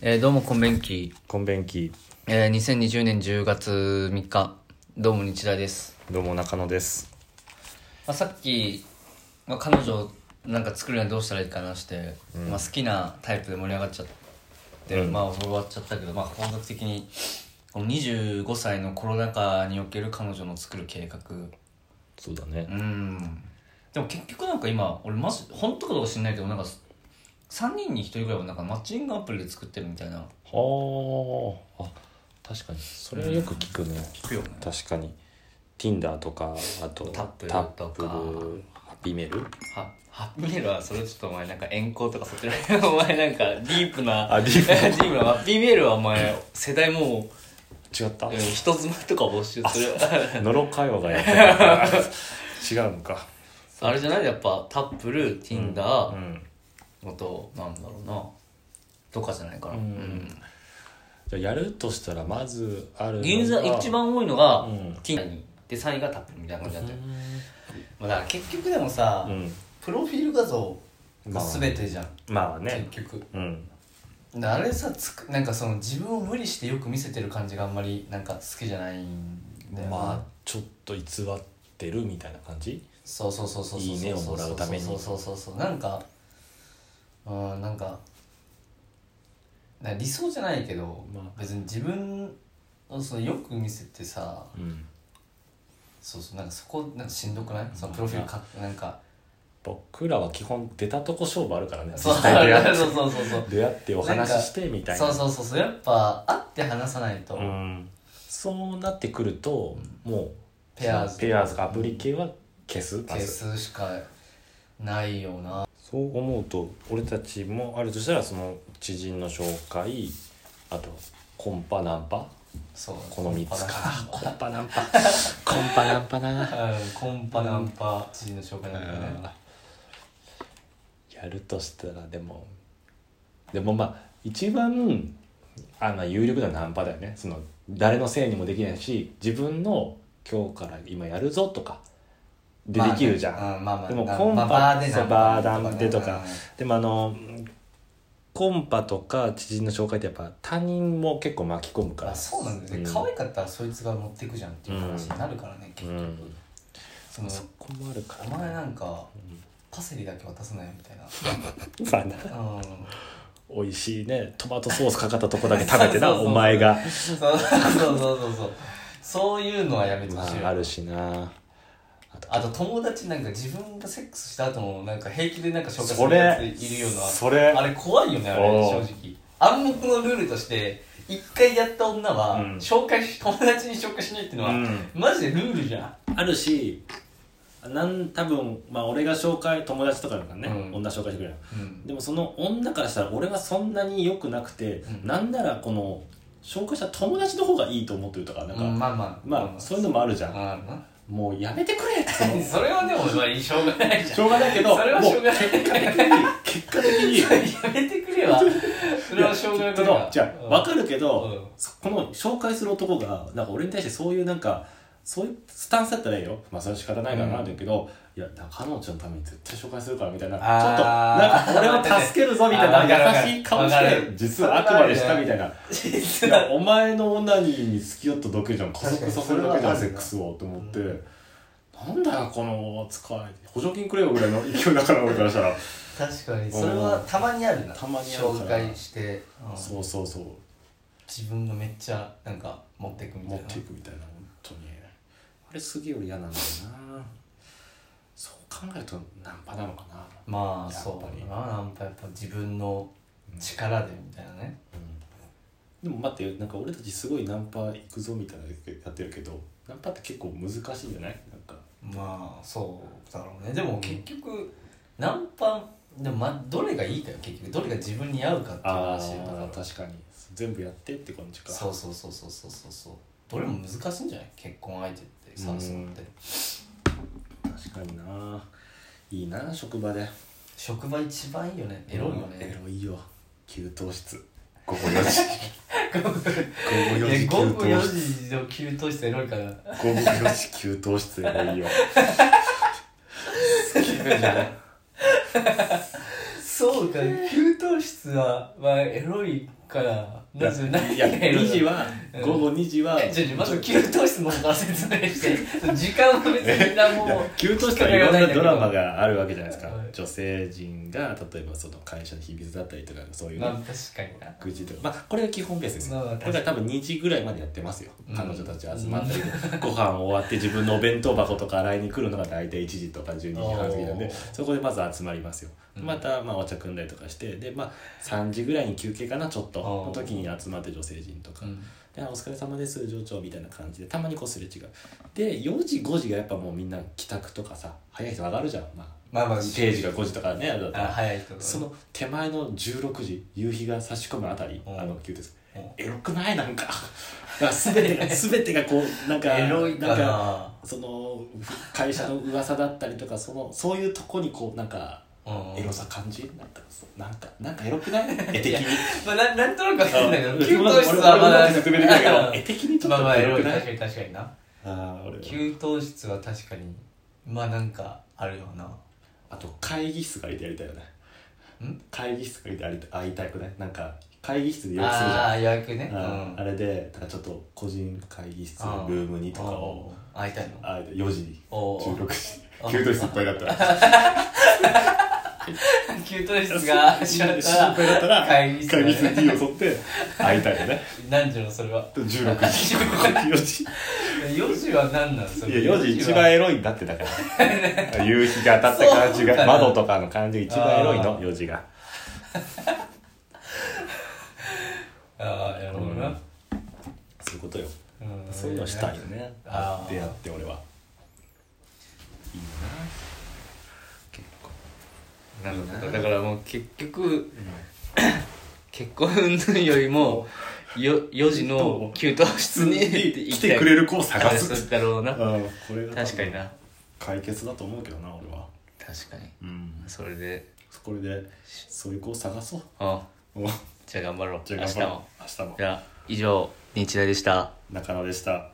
えーどうも、こんべんき。コンベンキえー、2020年10月3日、どうも、日大です。どうも中野ですまあ、さっき、まあ、彼女なんか作るにはどうしたらいいかなして、まあ、好きなタイプで盛り上がっちゃって、まあ、終わっちゃったけど、まあ、本格的に、この25歳のコロナ禍における彼女の作る計画。そうだねうん。でも結局なんか今、俺、まじ、本当かどうか知んないけど、なんか、3人に1人ぐらいはなんかマッチングアプリで作ってるみたいな。はああ確かにそれはよく聞くね、聞くよね。確かに Tinder とかあとタップルタッとプルかハピメルはハッピーメールはそれちょっとお前なんか遠行とかそっちのお前なんか ディープなあディープ ディープなハッピーメールはお前世代も違ったううん人妻とか募集する ノロ会話がやってる 違うのか あれじゃないやっぱタップルティンダうーんあとなんだろうなとかじゃないかな、うんじゃあやるとしたらまずあるユーザー一番番多いのがうんティンダーにで3位がタップルみたいな感じだったよ、まあ、だから結局でもさ、うんプロフィール画像まがあ全てじゃん、まあね結局うんあれさつくなんかその自分を無理してよく見せてる感じがあんまりなんか好きじゃないんだよなまあちょっと偽ってるみたいな感じそうそうそうそうそういいねをもらうためにそうそうそうそうなんかうんなんかなんか理想じゃないけど、まあ別に自分をそのよく見せてさうんそうそうなんかそこなんかしんどくないそのプロフィールかなんか僕らは基本出たとこ勝負あるからねそう実そう際出会ってそうそうそうそう出会ってお話ししてみたいなそうそうそうそうやっぱ会って話さないと、うん、そうなってくるともうペアーズペアーズアプリ系は消すパ係ス数しかないよなそう思うと俺たちもあるとしたらその知人の紹介あとコンパナンパそうこの3つかなコンパナンパコンパナンパなうん コンパナンパ知人の紹介なんだよねやるとしたらでもでもまあ一番あの有力なナンパだよねその誰のせいにもできないし自分の今日から今やるぞとかでできるじゃん、まあねうんまあまあでもなコンパまあバーでそうナンパバーナンでとかねでもあのコンパとか知人の紹介ってやっぱ他人も結構巻き込むうんからあそうなんだよねうん可愛かったらそいつが持っていくじゃんっていう話になるからね結う局んそのそこもあるからお前なんかパセリだけ渡すなよみたい なまあうなん美味しいねトマトソースかかったとこだけ食べてなそうそうそうお前が、そうそうそうそうそうそういうのはやめてまほしいあ、あよるしなあと友達なんか自分がセックスした後もなんか平気でなんか紹介すそるやつれいるようなそれあれ怖いよねあれおう正直暗黙のルールとして一回やった女は、うん紹介し 友達に紹介しないっていうのは、うんマジでルールじゃんあるしなん多分まあ俺が紹介友達とかだからね、うん女紹介してくれるうんでもその女からしたら俺はそんなに良くなくて、うんなんならこの紹介した友達の方がいいと思ってるとかなんか、うんまあまあまあそういうのもあるじゃん、あ るなもうやめてくれってそのそれはでもま あしょうがないじゃんしょうがないけどそれはしょうがないもう結果的 に結果的にやめてく れはそれはしょうがないけどじゃあ分かるけど、うんこの紹介する男がなんか俺に対してそういうなんかそういうスタンスだったらいいよまあそれは仕方ないかなうんだけど、いや中野ちゃんのために絶対紹介するからみたいなちょっとあーなんか俺を助けるぞみたい わかるわかなる優しい顔しわかてる実はあくまでしたみたいな実いやはお前のオナニーに付き合っただけじゃん加確か速にさせるだけじゃんそれはあるセなックスをと思って、なんだよこの使い補助金くれよぐらいの勢いだから俺からしたら 確かにそれはたまにあるなたまにある紹から介して、うんそうそうそう自分がめっちゃなんか持っていくみた持いっなていくみたいな本当にあれすげえ俺嫌なんだよなそう考えるとナンパなのかな、まあやっそぱりうだななんかやっぱ自分の力でみたいなね、でも待ってなんか俺たちすごいナンパ行くぞみたいなのやってるけどナンパって結構難しいんじゃないなんかまあそうだろうねでも結局、ナンパでも、ま、どれがいいかよ結局どれが自分に合うかっていうあ話だからあ確かに全部やってって感じかそうそうそうそうそうそうそうどれも難しいんじゃない結婚相手ってさうんすのって確かにないいな職場で職場一番いいよねエロいようんエね、ロいよ給湯室午後4時 いや午後4時午後給湯4室時の給湯室エロいから午後4時給湯室エロいよ好きなんじゃないそうか給湯室はまあエロいからなぜ何いやがいるの2時はうん午後2時はえちょちょまず給湯室の方から説明してその時間は別に何も給湯室はいろんなドラマががあるわけじゃないですかはい女性陣が例えばその会社の秘密だったりとかそういうまあね確かにな愚痴とかまあこれが基本ベースですよまあまあこれが多分2時ぐらいまでやってますようん彼女たち集まったりご飯終わって自分のお弁当箱とか洗いに来るのが大体1時とか12時半過ぎなんおでーそこでまず集まりますようんまたまあお茶汲んだりとかしてでまあ3時ぐらいに休憩かなちょっとおーの時に集まって女性陣とかうんであお疲れ様です上長みたいな感じでたまにこうすれ違うで4時5時がやっぱもうみんな帰宅とかさ早い人上がるじゃんまあまあまあ定時が5時とかねあれだったあら早いとその手前の16時夕日が差し込むあたりうんあの急ですうんエロくないなんか だから全 てが全てがこうなんかエロいかなんかその会社の噂だったりとかそのそういうとこにこうなんかうんエロさ感じなんかなんかなんかエロ くない絵的に。まあななんとなくわかるんだけどうん給湯室はまだ俺も俺も説明できたけど絵的にちょまあっとまあエエロロいくない確かに確かになあー俺給湯室は確かにまあなんかあるよなあと会議室借りてやりたいよねん会議室借りてやりた会いたくないなんか会議室で予約するじあゃんあー予約ねうあ,、んあれでなんかちょっと個人会議室のルームにとかをうん会いたいのあえて4時におー16時あに給湯室いっぱいだったら給湯室が閉 まっ心たら配だったら会議室だね会議室にを取って会いたい よね何時のそれは16時4時4時は何なんそれいや4時一番エロいんだってだから夕日が当たった感じそうかがな窓とかの感じが一番エロいの4時がああなるほどな、そういうことようんそういうのしたいよねあー出会って俺はいいよな結構なるほどだからもう結局結婚云々よりもよ4時の給湯室に来てくれるる子を探すだろうなうんこれが多分確かにな解決だと思うけどな俺は確かにうんそれでこれでそういう子を探そうあうんじゃあ頑張ろうじゃあ頑張ろう明日もじゃあ以上日大でした中野でした